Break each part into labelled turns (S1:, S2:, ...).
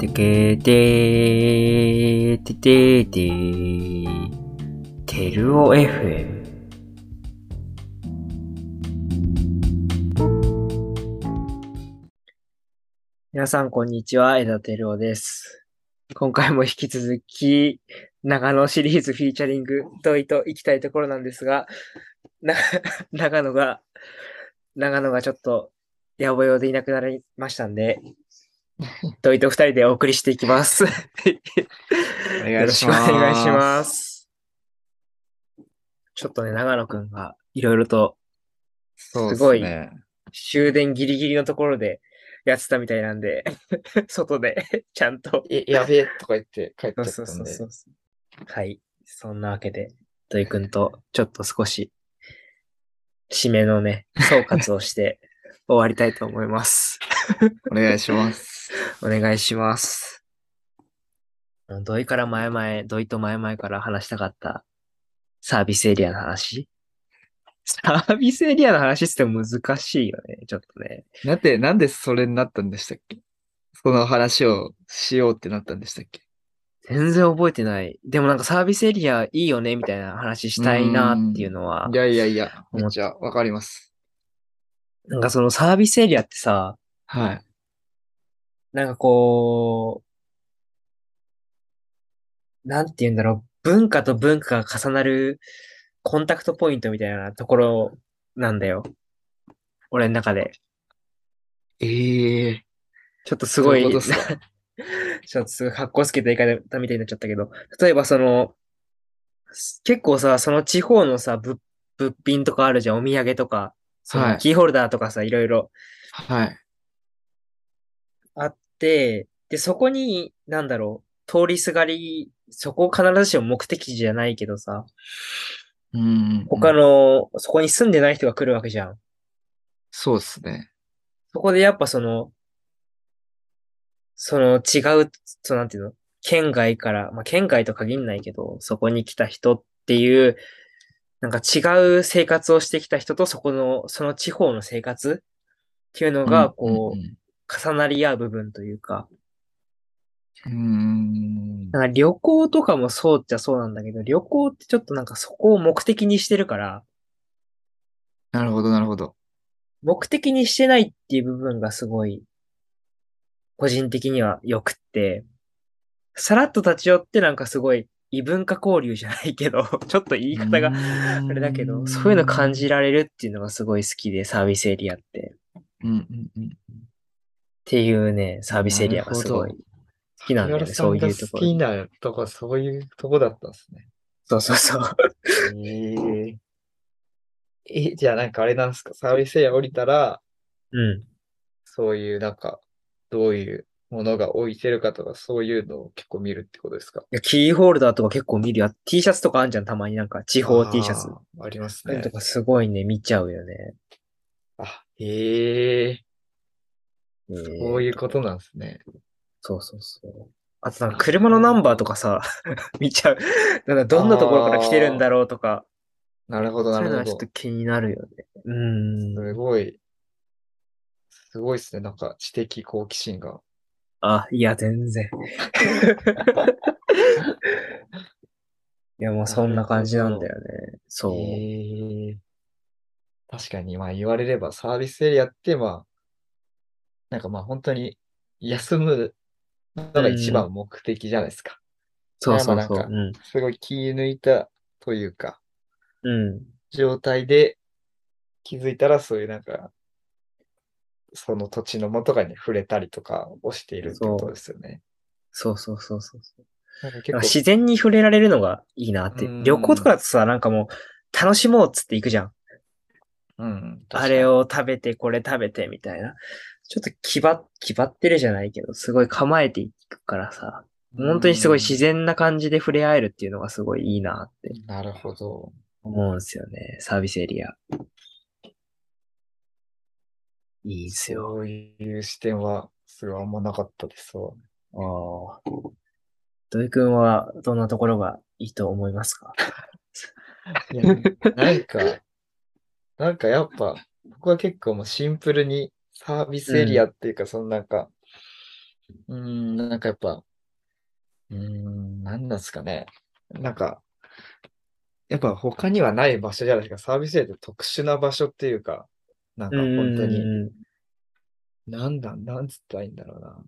S1: てけてーてててーてるお FM 皆さん、こんにちは。枝てるおです。今回も引き続き、長野シリーズフィーチャリング、といと行きたいところなんですが、な 長野が、長野がちょっと、やぼよでいなくなりましたんで、ドイと二人でお送りしていき ます。よ
S2: お
S1: ろ
S2: 願い
S1: し
S2: し
S1: くお
S2: ます。
S1: 願いします。ちょっとね、長野くんがいろいろと
S2: そうです
S1: ごい
S2: ね。
S1: 終電ギリギリのところでやってたみたいなん で、外でちゃんと。
S2: え、や べえとか言って帰っちゃ
S1: そう
S2: っ
S1: そう
S2: た
S1: そ
S2: ん
S1: う
S2: で
S1: そ。う。はい。そんなわけで、土井くんとちょっと少し、締めのね、総括を して終わりたいと思います。
S2: お願いします。
S1: お願いします。あの土井から前々、土井と前々から話したかったサービスエリアの話サービスエリアの話って難しいよね、ちょっとね。
S2: なんで、なんでそれになったんでしたっけその話をしようってなったんでしたっけ、
S1: 全然覚えてない。でもなんかサービスエリアいいよね、みたいな話したいなっていうのはい
S2: やいやいや、
S1: 思っ
S2: めっちゃわかります。
S1: なんかそのサービスエリアってさ、
S2: はい。
S1: なんかこう、なんて言うんだろう、文化と文化が重なるコンタクトポイントみたいなところなんだよ。俺の中で。
S2: ええ
S1: ちょっとすごい、
S2: どういうことっす
S1: ちょっとすごい格好つけた言い方みたいになっちゃったけど、例えばその、結構さ、その地方のさ、物物品とかあるじゃん、お土産とか、その
S2: はい
S1: キーホルダーとかさ、いろいろ。
S2: はい。
S1: あって、で、そこに、なんだろう、通りすがり、そこを必ずしも目的地じゃないけどさ、
S2: うん。
S1: 他。の、そこに住んでない人が来るわけじゃん。
S2: そうですね。
S1: そこでやっぱその、その違う、そうなんていうの、県外から、まあ、県外と限んないけど、そこに来た人っていう、なんか違う生活をしてきた人と、そこの、その地方の生活っていうのが、こ
S2: う
S1: う、
S2: ん
S1: 重なり合う部分というか、
S2: うん。
S1: なんか旅行とかもそうっちゃそうなんだけど、旅行ってちょっとなんかそこを目的にしてるから、
S2: なるほど、なるほど。
S1: 目的にしてないっていう部分がすごい、個人的には良くって、さらっと立ち寄ってなんかすごい異文化交流じゃないけど、 ちょっと言い方があ
S2: あ
S1: れだけど、そういうの感じられるっていうのがすごい好きで、サービスエリアって。っ
S2: うんうんうん。
S1: ていうね、サービスエリアがすごい
S2: なる
S1: 好きなんだよね、そういうところ。
S2: なとこ、そういうとこだったんですね。
S1: そうそうそう。
S2: えーえ、じゃあなんかあれなんですか、サービスエリア降りたら、
S1: うん。
S2: そういうなんか、どういうものが置いてるかとか、そういうのを結構見るってことですか
S1: いやキーホルダーとか結構見るや。T シャツとかあんじゃん、たまになんか、地方 T シャツ。
S2: あーあります
S1: そういうの
S2: ね
S1: と。かすごいね、見ちゃうよね。
S2: あ、へえ、
S1: えー
S2: そういうことなんですね。
S1: そうそうそう。あとなんか車のナンバーとかさ、 見ちゃう。なんかどんなところから来てるんだろうとか、
S2: なるほど、
S1: そうい
S2: な
S1: う
S2: る
S1: のは
S2: ほ
S1: ちょ
S2: ど
S1: っ。と気になるよね。うーん。
S2: すごい、すごいですね。なんか知的好奇心が。
S1: あ、いや、全然。 いや、もうそんな感じなんだよね。そう。
S2: へえ確かに、まあ言われればサービスエリアって、まあ、なんかまあ本当に休むのが一番目的じゃないですか。
S1: そうそうそ
S2: まあ
S1: う
S2: な。ん
S1: うん。
S2: すごい気抜いたというか、
S1: うん。
S2: 状態で気づいたらそういうなんか、その土地のもとかに触れたりとかをしているってことですよね。
S1: そうそうそうそう。
S2: なんか
S1: なんか
S2: 結
S1: 自然に触れられるのがいいなって。
S2: うん
S1: 旅行とかだとさ、なんかもう、楽しもうっつって行くじゃん。
S2: 構、うん、
S1: あれ
S2: を。
S1: を食べて、これ食べて、みたいな。ちょっと気ば、気ばってるじゃないけど、すごい構えていくからさ、本当にすごい自然な感じで触れ合えるっていうのがすごいいいなって
S2: うん。なるほど。
S1: 思うんですよね。サービスエリア。いいですよ。
S2: そういう視点は、すごいあんまなかったですわ。
S1: ああ。土井くんはどんなところがいいと思いますか
S2: いや、なんか、なんかやっぱ、僕は結構もうシンプルにサービスエリアっていうか、そのなんか、うーん、なんかやっぱ、うーん、なんなんですかね。なんか、やっぱ他にはない場所じゃないですか。サービスエリアって特殊な場所っていうか、なんか本当に、
S1: うん
S2: なんだ、なんつったらいいんだろうな。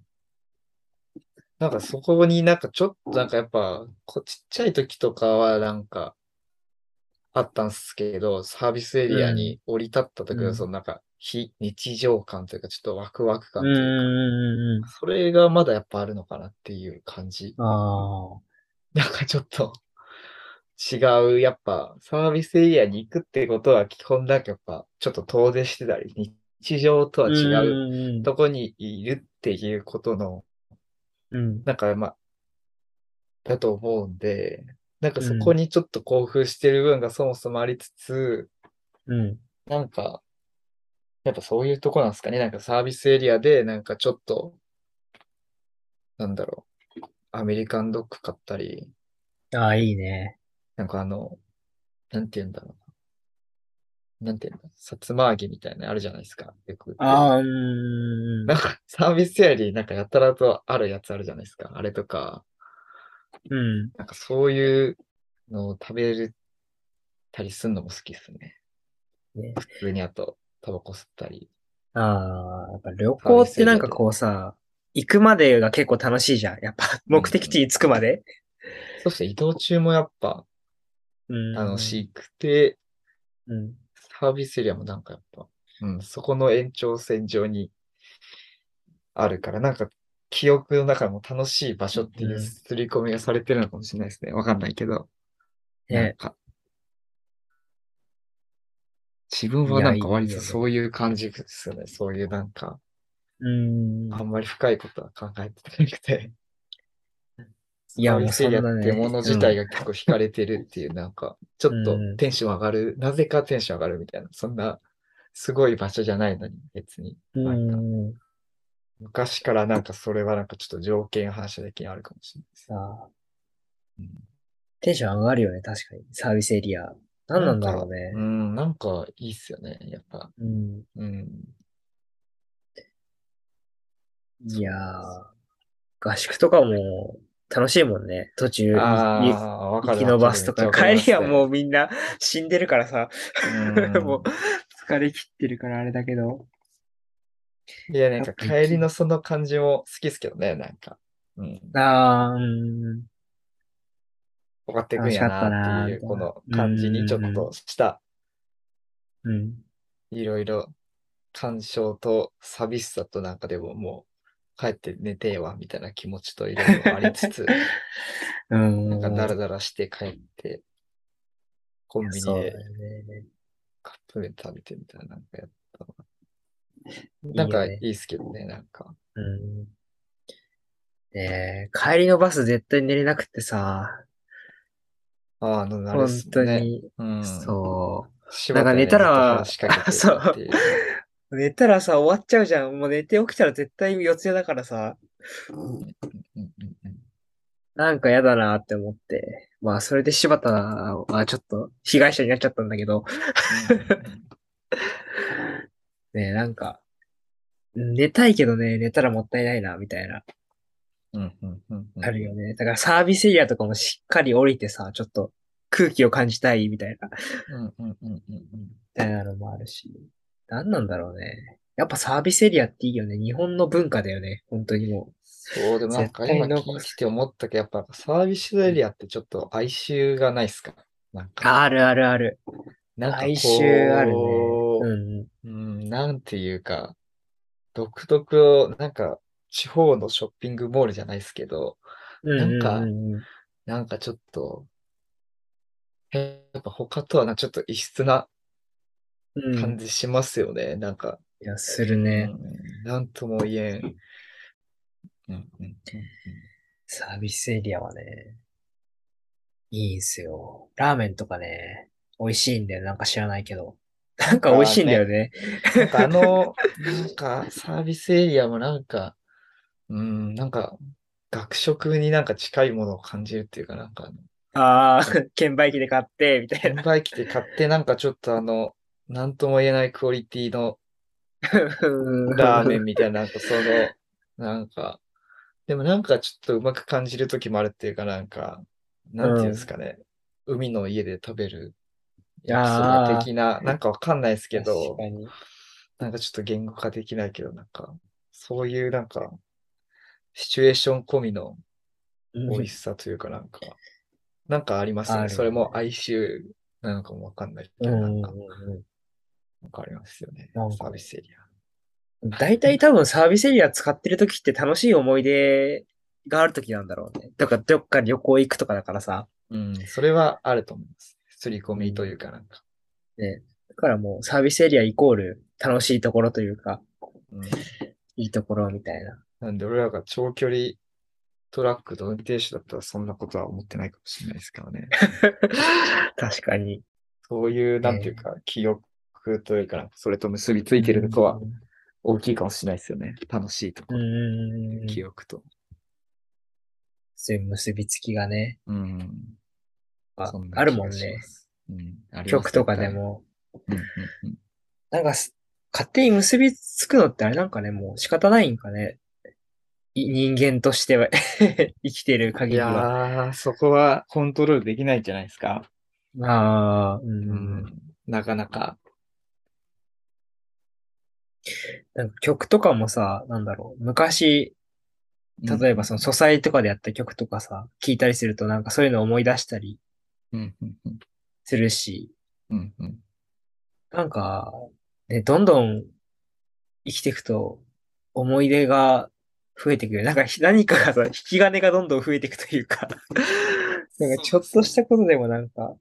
S2: なんかそこになんかちょっとなんかやっぱ、こちっちゃい時とかはなんか、あったんすけど、サービスエリアに降り立った時
S1: う
S2: の
S1: ん
S2: そのなんか、非日常感というか、ちょっとワクワク
S1: う
S2: 感と
S1: ん
S2: い
S1: う
S2: うか、
S1: んうんう
S2: それがまだやっぱあるのかなっていう感じ。
S1: ん。ああ。
S2: なんかちょっと違う。やっぱサービスエリアに行くってことは基本なんかやっぱちょっと遠出してたり、日常とは違う
S1: うん
S2: とこにいるっていうことの、
S1: うん
S2: なんかまあ、だと思うんで、なんかそ
S1: うん
S2: こにちょっと興奮してる部分がそもそもありつつ、
S1: うん。うん。
S2: なんか、やっぱそういうとこなんですかね。なんかサービスエリアで、なんかちょっと、なんだろう、アメリカンドッグ買ったり、
S1: ああ、いいね。
S2: なんかあの、なんて言うんだろうな。なんて言うんだ、さつま揚げみたいなのあるじゃないですか。よく売ってる
S1: ああ、うんうんうん
S2: なんかサービスエリアになんかやたらとあるやつあるじゃないですか。あれとか、
S1: うん。
S2: なんかそういうのを食べるたりするのも好きですね。
S1: ね
S2: 普通にあと、タバコ吸ったり。
S1: ああ、やっぱ旅行ってなんかこうさ、行くまでが結構楽しいじゃん。やっぱ目的地に着くまで。
S2: そして移動中もやっぱ
S1: うん。
S2: 楽しくて、
S1: うん。
S2: サービスエリアもなんかやっぱ、うん、そこの延長線上にあるから、なんか記憶の中でも楽しい場所っていううん刷り込みがされてるのかもしれないですね。わかんないけど。なん
S1: ね。
S2: か、自分はなんか割
S1: いやいいよ
S2: と
S1: ね
S2: そういう感じですよね。そういうなんか、
S1: うん。
S2: あんまり深いことは考えてなくて。
S1: いや
S2: サービスエリア
S1: もうそん
S2: っ
S1: な
S2: て
S1: ね
S2: もの自体が結構惹かれてるっていう、なんか、ちょっと
S1: うん
S2: テンション上がる、なぜかテンション上がるみたいな、そんなすごい場所じゃないのに、別に。
S1: う
S2: なんか
S1: ん。
S2: 昔からなんかそれはなんかちょっと条件反射的にあるかもしれないです。
S1: さあ
S2: うん
S1: テンション上がるよね、確かに。サービスエリア。何なんだろうね
S2: う。ん、なんかいいっすよね、やっぱ。
S1: うん。
S2: うん。
S1: いやー、合宿とかも楽しいもんね。途中、い行
S2: ああ、わかる。
S1: き延ばすとか。帰りはもうみんな死んでるからさ。
S2: う
S1: もう疲れ切ってるからあれだけど。
S2: ん、いや、なんか帰りのその感じも好きっすけどね、なんか。うん。
S1: あー、うん。
S2: 終わってくんやなってい
S1: 楽し
S2: う、こ
S1: かったな
S2: の感じにちょっとした、
S1: うん。
S2: いろいろ、感傷と寂しさとなんかでももう、帰って寝てえわ、みたいな気持ちといろいろありつつ、
S1: うん。
S2: なんかダラダラして帰って、コンビニ
S1: そうだ
S2: で
S1: よね。
S2: カップ麺食べてみたいな、なんかやったな。
S1: い
S2: なんか
S1: いよ
S2: い
S1: ね
S2: いっすけどね、なんか。
S1: うん。ねえ、帰りのバス絶対寝れなくてさ、
S2: ああ、なる
S1: 本
S2: っすも
S1: 当
S2: んね。
S1: に、
S2: うん。
S1: そう。
S2: 柴田
S1: なんか寝たら
S2: に仕掛けて たっていう。
S1: 寝たらさ、終わっちゃうじゃん。もう寝て起きたら絶対四つ谷だからさ、
S2: うんうんうん
S1: なんか嫌だなって思って。まあ、それで柴田はちょっと被害者になっちゃったんだけど、ね、なんか、寝たいけどね、寝たらもったいないな、みたいな、
S2: うんうんうんうん
S1: あるよね。だからサービスエリアとかもしっかり降りてさ、ちょっと空気を感じたい、みたいな、み
S2: うんうんうんうんうん
S1: たいなのもあるし。なんなんだろうね。やっぱサービスエリアっていいよね。日本の文化だよね。本当にも
S2: そう、でもなんか
S1: 絶対
S2: 今
S1: 残
S2: 聞い
S1: す
S2: てて思ったけど、やっぱサービスエリアってちょっと哀愁がないっすかなん
S1: う。
S2: か、
S1: あるあるある。
S2: なんかこう
S1: 哀愁あるね。うん。
S2: うん、なんていうか、独特の、なんか、地方のショッピングモールじゃないですけど、なんか
S1: ううう
S2: なんかちょっと、やっぱ他とはな、ちょっと異質な
S1: うん、うん
S2: 感じしますよね。なんか、
S1: いや、するね。
S2: うんなんとも言えん。うんうんうん
S1: サービスエリアはね、いいんすよ。ラーメンとかね、美味しいんだよ。なんか知らないけど。なんか美味しいんだよね。
S2: なんかあの、なんかサービスエリアもなんか、うん、なんか、学食になんか近いものを感じるっていうか、なんか、
S1: ああ、券売機で買って、みたい
S2: 券
S1: な。
S2: 売機で買って、なんかちょっとあの、なんとも言えないクオリティのラーメンみたいな、なんかその、なんか、でもなんかちょっとうまく感じる時もあるっていうか、なんか、なんていうんですかね。海の家で食べる焼きそば的な、なんかわかんないですけ
S1: 確、
S2: ど
S1: かに。
S2: なんかちょっと言語化できないけど、なんか、そういうなんか、シチュエーション込みの美味しさというかなんか、なんかありますよ
S1: あ
S2: ね。
S1: る
S2: それも哀愁なのかもわかんないけ
S1: う
S2: ど、
S1: ん
S2: な
S1: うんん
S2: か、
S1: うん
S2: なんかありますよね
S1: なん。か
S2: サービスエリ
S1: うん大体多分サービスエリア使ってる時って楽しい思い出がある時なんだろうね。だからどっか旅行行くとかだからさ。
S2: ア。うん、それはあると思います。刷り込みというかなんか。
S1: だからもうサービスエリアイコール楽しいところというか、
S2: うん、
S1: いいところみたいな。
S2: なんで俺らが長距離トラックと運転手だったらそんなことは思ってないかもしれないですから ね。
S1: 確かに。
S2: そういう、なんていうか、記憶というかなんか、それと結びついてるとこは大きいかもしれないですよね。楽しいとこ
S1: う
S2: ろ、
S1: ん。
S2: 記憶と。
S1: そういう結びつきがね、
S2: うん。
S1: あ
S2: そんな
S1: あるもん
S2: 気がし
S1: ね
S2: ま。す。うん、あります
S1: 曲とかで。も。
S2: うんうんうん
S1: なんかす、勝手に結びつくのってあれなんかね、もう仕方ないんかね。い人間としては 生きてる限
S2: い
S1: り
S2: や
S1: は。
S2: ー、そこはコントロールできないんじゃないですか。
S1: ああ、う。
S2: うんん、なかなか。
S1: なんか曲とかもさ、なんだろう。昔、例えばその、素材とかでやった曲とかさ、聞いたりするとなんかそういうの思い出したり
S2: うん、うん、うん、
S1: するし、
S2: うん、うん。
S1: なんか、ね、どんどん生きていくと思い出が増えてくる。なんかひ何かがさ、引き金がどんどん増えていくというか、なんかちょっとしたことでもなんか、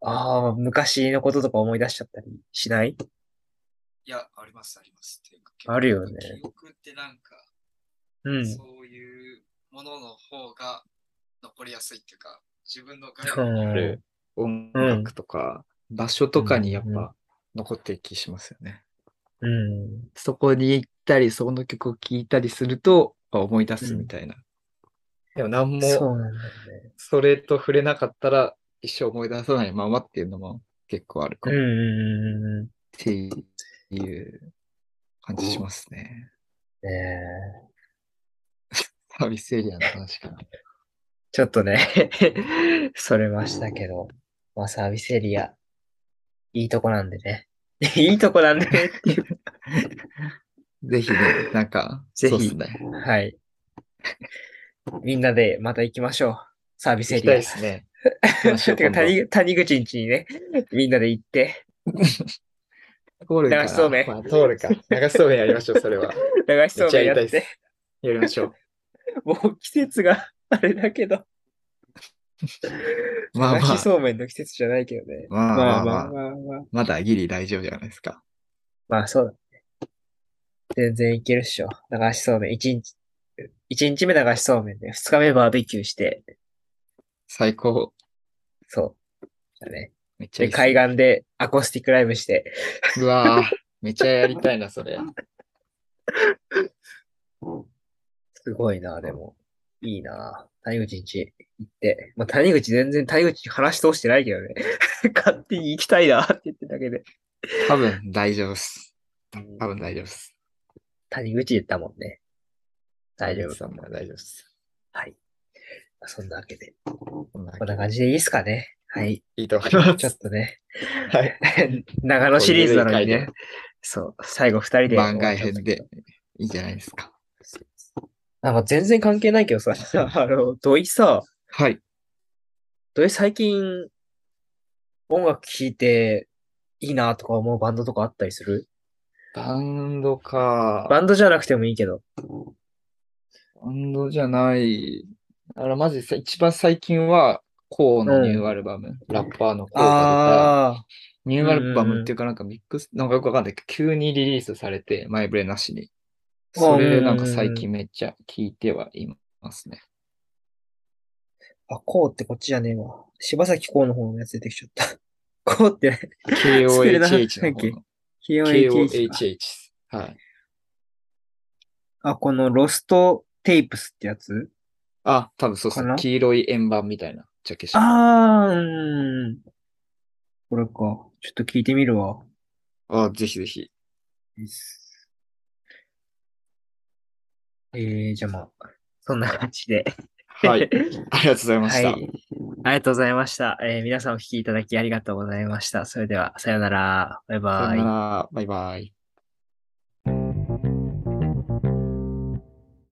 S1: ああ、昔のこととか思い出しちゃったりしない
S2: いや、あります、あります。っていうか
S1: あるよね
S2: 記憶ってなんか、
S1: うん。
S2: そういうものの方が残りやすいっていうか、自分の
S1: う
S2: 外
S1: ん
S2: ある音楽とか、場所とかにやっ
S1: うんうん
S2: ぱ残ってきしますよね。
S1: うん。
S2: そこに行ったり、その曲を聴いたりするとあ思い出すみたいな。でも何
S1: そ
S2: も
S1: うなんだよね。
S2: それと触れなかったら一生思い出さないままっていうのも結構ある
S1: う
S2: か
S1: ん
S2: もっ
S1: うんうんうん
S2: ていう感じしますね。
S1: うん。ねえ。
S2: サービスエリアの話かな。
S1: ちょっとね、 それましたけど、まあサービスエリア、いいとこなんでね。 いいとこなんで ねっていう。
S2: ぜひね、なんか、
S1: ぜひ
S2: そうっすね。
S1: はい。みんなでまた行きましょう。サービスエ
S2: 行き
S1: リ
S2: たい
S1: ア
S2: で。すね。
S1: てか谷谷口ん家にね、みんなで行って、
S2: ゴールかな
S1: 流しそうめん
S2: まあ、通るか。流しそうめんやりましょう、それは。
S1: 流しそうめんや
S2: め
S1: っ
S2: っちゃや
S1: て、
S2: りやりましょ
S1: もう季節が あれだけど、
S2: う。まあ
S1: 流
S2: ま
S1: し
S2: あ、
S1: そうめんの季節じゃないけどね。
S2: まあまあまあ
S1: まあまあ。
S2: まだギリ大丈夫じゃないですか。
S1: まあそうだね。全然いけるっしょ。流しそうめん。一日、一日目流しそうめんで、二日目バーベキューして、
S2: 最高。
S1: そう。だね。
S2: めっちゃい
S1: で、
S2: いっすね、
S1: 海岸でアコースティックライブして、
S2: うわぁ、めっちゃやりたいな、それ。
S1: すごいな、でも。いいな。谷口んち行って。まあ、谷口全然谷口話し通してないけどね。 勝手に行きたいなって言ってるだけで。
S2: 多分大丈夫っす。多分大丈夫っす。
S1: 谷口言ったもんね。大丈夫。
S2: さんも大丈夫っす。
S1: はい。まあそんなわけで。
S2: こんな
S1: こんな感じでいいですかね。 はい。
S2: いいと思いま
S1: ちょっ
S2: す。
S1: とね。
S2: はい。
S1: 長野シリーズなのに
S2: こういう
S1: ね
S2: 回。
S1: そう。最後二人で。
S2: 番外編で。いいんじゃないですか。
S1: なんか全然関係ないけどさ、 あの、土井さ、
S2: はい。
S1: 土井最近、音楽聴いていいなとか思うバンドとかあったりする
S2: バンドか。
S1: バンドじゃなくてもいいけど。
S2: バンドじゃない。あら、マジでさ一番最近は、コーのニューアルバム、ラッパーのコーが
S1: あ
S2: 出た、ニューアルバムっていうかなんかミックス、なんかよくわかんないけど、急にリリースされて、前触れなしに。
S1: あー
S2: そ
S1: うんうんう
S2: れ
S1: ん
S2: なんか最近めっちゃ聞いてはいます ね。
S1: あ、あ、こうってこっちじゃねえわ。柴咲こうの方のやつ出てきちゃった。 こうって、それな
S2: KOHH の方の
S1: KOHH か
S2: KOHH。はい。
S1: あ、このロストテープスってやつ
S2: あ、多分そうそ
S1: か
S2: う。
S1: な
S2: 黄色い円盤みたいなジャケ写あ
S1: あー、うん。これか。ちょっと聞いてみるわ。
S2: あ、ぜひぜひ。
S1: えー、じゃあまあ、そんな感じで。
S2: はい。ありがとうございま
S1: は
S2: し
S1: い。
S2: た。
S1: ありがとうございました。えー皆さんお聞きいただきありがとうございました。それでは、さようなら。バイバ
S2: さ
S1: イ
S2: よ。なら。バイバイ。